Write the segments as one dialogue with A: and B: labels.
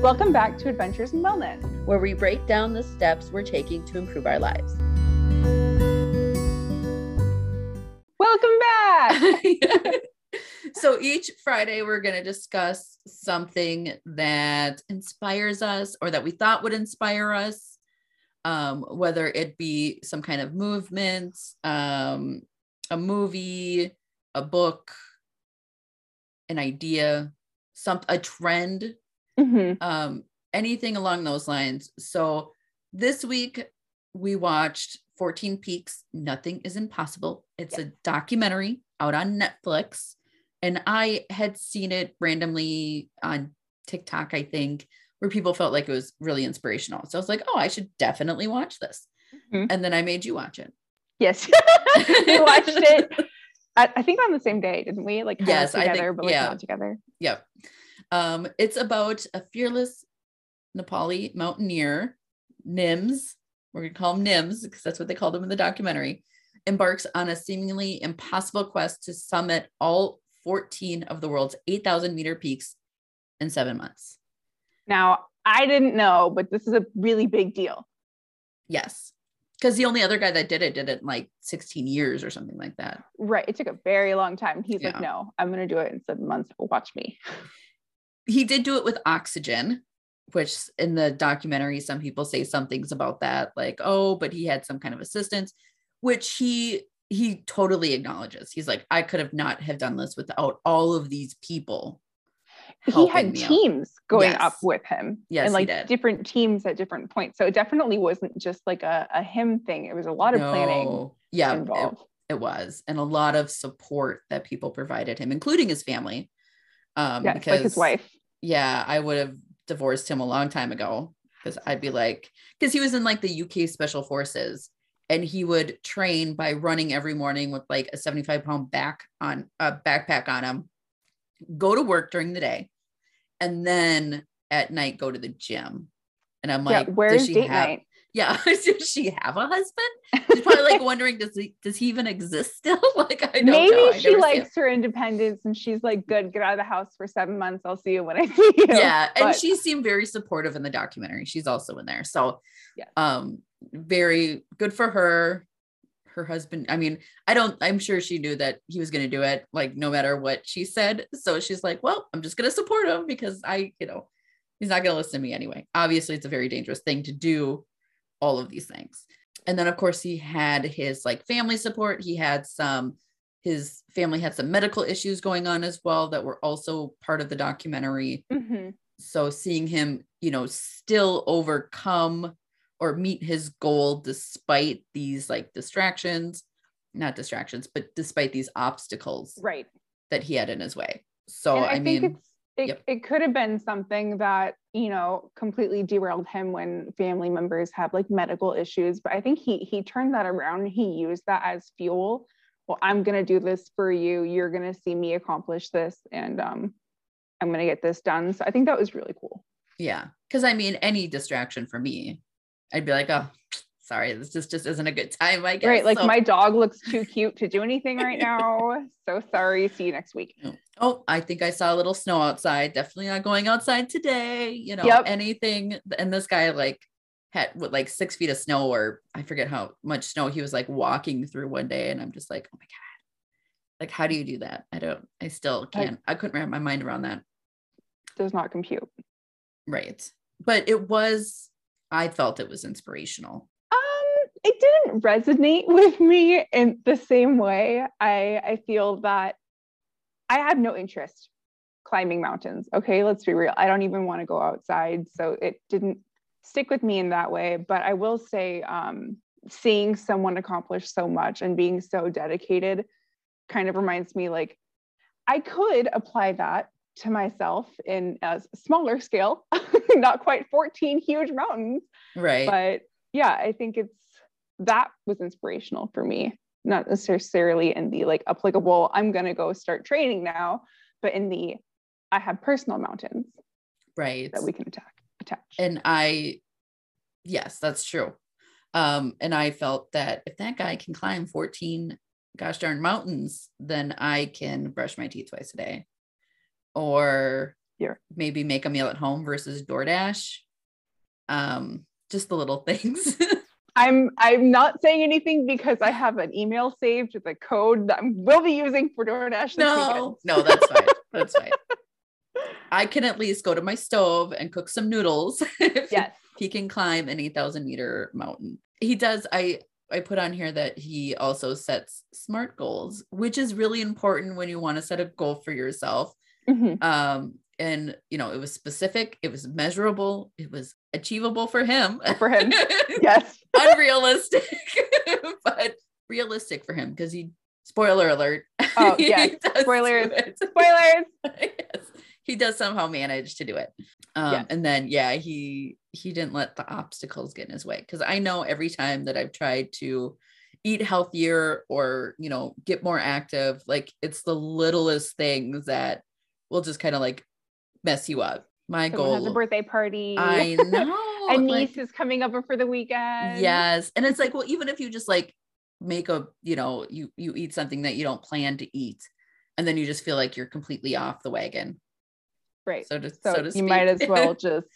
A: Welcome back to Adventures in Wellness.
B: where we break down the steps we're taking to improve our lives.
A: Welcome back.
B: so each Friday, we're going to discuss something that inspires us or that we thought would inspire us, um, whether it be some kind of movement, um, a movie, a book, an idea, some a trend,
A: Mhm.
B: um, anything along those lines. So this week we watched 14 Peaks, Nothing is Impossible. It's a documentary out on Netflix. And I had seen it randomly on TikTok, I think, where people felt like it was really inspirational. So I was like, oh, I should definitely watch this.
A: Mhm.
B: And then I made you watch it.
A: Yes, we watched it. I, I think on the same day, didn't we? Like kind of
B: Yes, I think-
A: together, but like
B: yeah.
A: not together.
B: Yep. Um, it's about a fearless Nepali mountaineer, Nims. We're gonna call him Nims because that's what they called him in the documentary. Embarks on a seemingly impossible quest to summit all 14 of the world's 8,000 meter peaks in seven months.
A: Now I didn't know, but this is a really big deal.
B: Yes, because the only other guy that did it did it in like 16 years or something like that.
A: Right. It took a very long time. He's
B: Yeah.
A: like, no, I'm gonna do it in seven months. Watch me.
B: He did do it with oxygen, which in the documentary, some people say some things about that, like, oh, but he had some kind of assistance. which he he totally acknowledges. He's like, I could have not have done this without all of these people.
A: he
B: helping
A: had
B: me out."
A: teams going
B: Yes.
A: up with him
B: Yes,
A: and
B: he
A: like
B: did.
A: different teams at different points so it definitely wasn't just like a, a him thing it was a lot of planning
B: No. Yeah, it,
A: involved
B: it was, and a lot of support that people provided him, including his family. Um,
A: yes like his wife
B: Yeah, I would have divorced him a long time ago because I'd be like, because he was in like the UK Special Forces, and he would train by running every morning with like a seventy-five pound back on a backpack on him, go to work during the day, and then at night go to the gym. And I'm like,
A: yeah
B: does
A: where's
B: she
A: date
B: have-
A: night
B: Yeah, does she have a husband? She's probably like wondering, does he does he even exist still? like I don't
A: maybe
B: know.
A: she
B: I never see him.
A: likes her independence and she's like good get out of the house for seven months i'll see you when i see you
B: yeah and
A: but-
B: she seemed very supportive in the documentary she's also in there so
A: Yes.
B: um very good for her her husband i mean i don't i'm sure she knew that he was going to do it like no matter what she said so she's like well i'm just going to support him because i you know he's not going to listen to me anyway obviously it's a very dangerous thing to do all of these things and then of course he had his like family support he had some his family had some medical issues going on as well that were also part of the documentary
A: Mhm.
B: so seeing him you know still overcome or meet his goal despite these like distractions not distractions but despite these obstacles
A: right
B: that he had in his way so
A: and
B: i,
A: i, think
B: mean
A: it's it,
B: yep.
A: it could have been something that you know completely derailed him when family members have like medical issues but i think he he turned that around he used that as fuel well i'm going to do this for you you're going to see me accomplish this and um i'm going to get this done so i think that was really cool
B: yeah because i mean any distraction for me i'd be like oh sorry this just just isn't a good time i guess
A: right like
B: So-
A: my dog looks too cute to do anything right now so sorry see you next week
B: oh i think i saw a little snow outside definitely not going outside today you know
A: Yep.
B: anything and this guy like had what like six feet of snow or i forget how much snow he was like walking through one day and i'm just like oh my god like how do you do that i don't i still can't i couldn't wrap my mind around that
A: does not compute
B: right but it was i felt it was inspirational
A: Um, it didn't resonate with me in the same way. I I feel that I have no interest climbing mountains. Okay, let's be real. I don't even want to go outside, so it didn't stick with me in that way. But I will say, um, seeing someone accomplish so much and being so dedicated kind of reminds me like I could apply that to myself in a smaller scale, not quite 14 huge mountains,
B: right
A: but yeah i think it's that was inspirational for me not necessarily in the like applicable i'm going to go start training now but in the i have personal mountains
B: right
A: that we can attack attach
B: and i yes that's true um and i felt that if that guy can climb 14 gosh darn mountains then i can brush my teeth twice a day or
A: Yeah.
B: Maybe make a meal at home versus DoorDash. Um, just the little things.
A: I'm I'm not saying anything because I have an email saved with a code that I will be using for DoorDash. this
B: no, no, that's fine. That's fine. I can at least go to my stove and cook some noodles
A: weekend. Yes.
B: he can climb an 8000 meter mountain he does i i put on here that he also sets smart goals which is really important when you want to set a goal for yourself
A: Mhm.
B: um and you know it was specific it was measurable it was achievable for him
A: For him. Yes.
B: unrealistic but realistic for him because he spoiler alert
A: Oh, yeah.
B: he does do
A: Spoilers.
B: it.
A: Spoilers.
B: yes. He does somehow manage to do it. Um,
A: Yes.
B: And then, yeah, he he didn't let the obstacles get in his way because I know every time that I've tried to eat healthier or you know get more active, like it's the littlest things that will just kind of like mess you up. My
A: Someone has a
B: goal.
A: birthday party.
B: I know.
A: a
B: like-
A: niece is coming over for the weekend.
B: yes and it's like well even if you just like make a you know you you eat something that you don't plan to eat and then you just feel like you're completely off the wagon
A: Right.
B: so to so,
A: So,
B: to
A: you
B: speak.
A: might as well just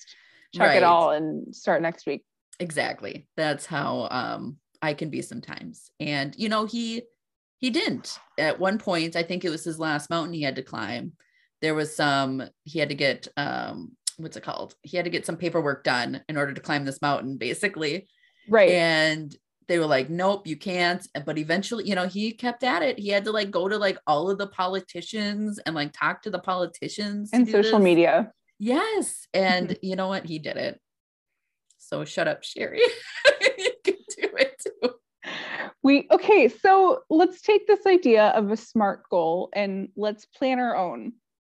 A: chuck
B: Right.
A: it all and start next week.
B: exactly that's how um i can be sometimes and you know he he didn't at one point i think it was his last mountain he had to climb there was some he had to get um what's it called he had to get some paperwork done in order to climb this mountain basically
A: Right.
B: and they were like nope you can't but eventually you know he kept at it he had to like go to like all of the politicians and like talk to the politicians to
A: and
B: do
A: social
B: this.
A: media.
B: yes and
A: Mm-hmm.
B: you know what he did it so shut up sherry you can do it too.
A: We okay, so let's take this idea of a smart goal and let's plan our own.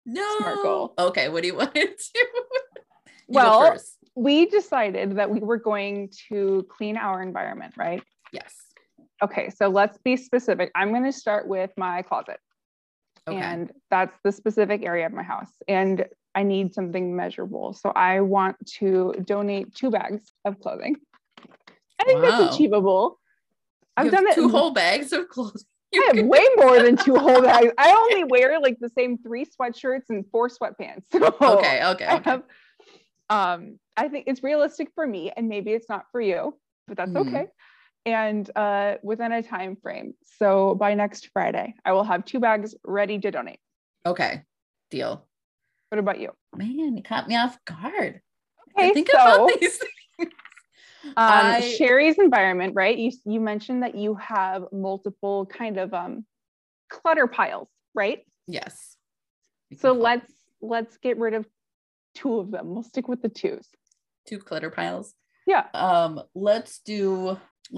B: no
A: goal.
B: okay what do you want to do You go
A: Well-
B: first.
A: We decided that we were going to clean our environment, right?
B: yes
A: Okay, so let's be specific. I'm going to start with my closet.
B: okay
A: And that's the specific area of my house. And I need something measurable. So I want to donate two bags of clothing. I think
B: Wow.
A: that's achievable. I've
B: You have
A: done it
B: two whole bags of clothes You
A: I have
B: can-
A: way more than two whole bags. I only wear like the same three sweatshirts and four sweatpants. So
B: okay okay,
A: I
B: okay.
A: have um I think it's realistic for me and maybe it's not for you, but that's
B: Mhm.
A: okay. And uh within a time frame. So by next Friday, I will have two bags ready to donate.
B: okay deal
A: What about you?
B: man you caught me off guard I
A: Okay,
B: think
A: so
B: about
A: um,
B: these I-
A: Sherry's environment, right? You you mentioned that you have multiple kind of um clutter piles, right?
B: Yes. We can
A: So
B: call it
A: let's let's get rid of two of them. We'll stick with the twos.
B: two clutter piles.
A: Yeah.
B: Um, let's do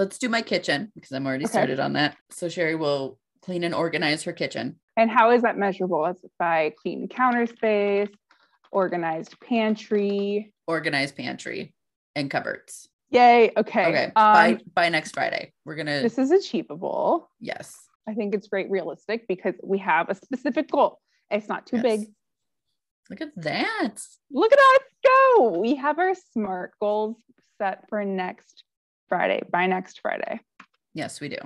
B: let's do my kitchen because I'm already
A: Okay.
B: started on that. So Sherry will clean and organize her kitchen.
A: And how is that measurable? That's by clean counter space, organized pantry.
B: Organize pantry and cupboards.
A: Yay. Okay.
B: Okay.
A: Um,
B: by by next Friday. We're gonna
A: This is achievable.
B: yes.
A: I think it's great realistic because we have a specific goal. It's not too
B: yes.
A: big.
B: Look at that.
A: Look at us go. We have our SMART goals set for next Friday, by next Friday.
B: Yes, we do.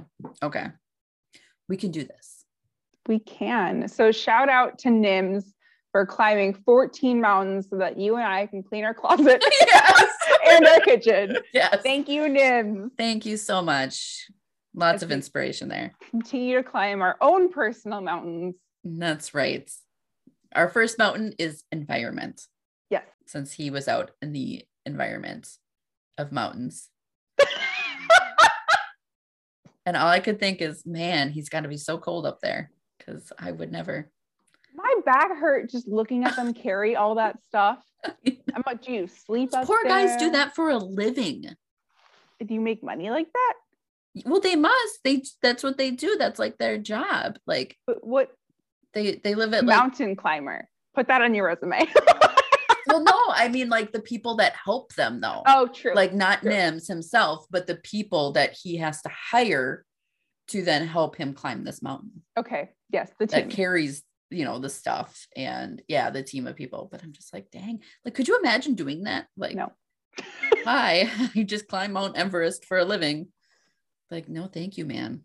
B: Okay. We can do this.
A: We can. So shout out to NIMS for climbing 14 mountains so that you and I can clean our closet
B: yes.
A: and our kitchen.
B: Yes.
A: Thank you, NIMS.
B: Thank you so much. Lots
A: I
B: of
A: think-
B: inspiration there.
A: Continue to climb our own personal mountains.
B: That's right. Our first mountain is environment.
A: Yes.
B: Since he was out in the environment of mountains. and all I could think is, man, he's got to be so cold up there because I would never.
A: My back hurt just looking at them carry all that stuff. I'm like, do you sleep up
B: Poor guys do
A: there?
B: that for a living.
A: Do you make money like that?
B: Well, they must. They that's what they do. That's like their job. Like
A: But what
B: they they live at like
A: mountain climber? Put that on your resume.
B: well, no, I mean like the people that help them though.
A: oh, true.
B: like not
A: True.
B: Nims himself, but the people that he has to hire to then help him climb this mountain
A: okay, yes, the
B: that
A: team.
B: carries, you know, the stuff and yeah, the team of people. But I'm just like, dang, like, could you imagine doing that? Like,
A: No.
B: hi, you just climb Mount Everest for a living. Like, no, thank you, man.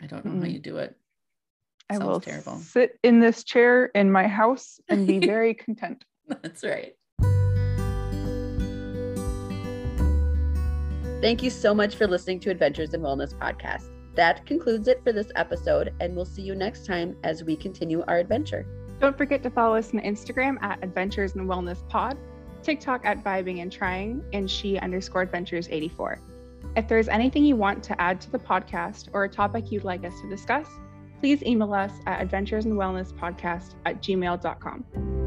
B: I don't know how
A: Mm-mm.
B: you do it.
A: I
B: sounds
A: will
B: terrible.
A: sit in this chair in my house and be very content.
C: That's right.
B: Thank you so much for listening to Adventures in Wellness podcast. That concludes it for this episode, and we'll see you next time as we continue our adventure.
A: Don't forget to follow us on Instagram at Adventures in Wellness Pod, TikTok at Vibing and Trying, and she underscore adventures 84. If there's anything you want to add to the podcast or a topic you'd like us to discuss, please email us at adventuresinwellnesspodcast at gmail.com.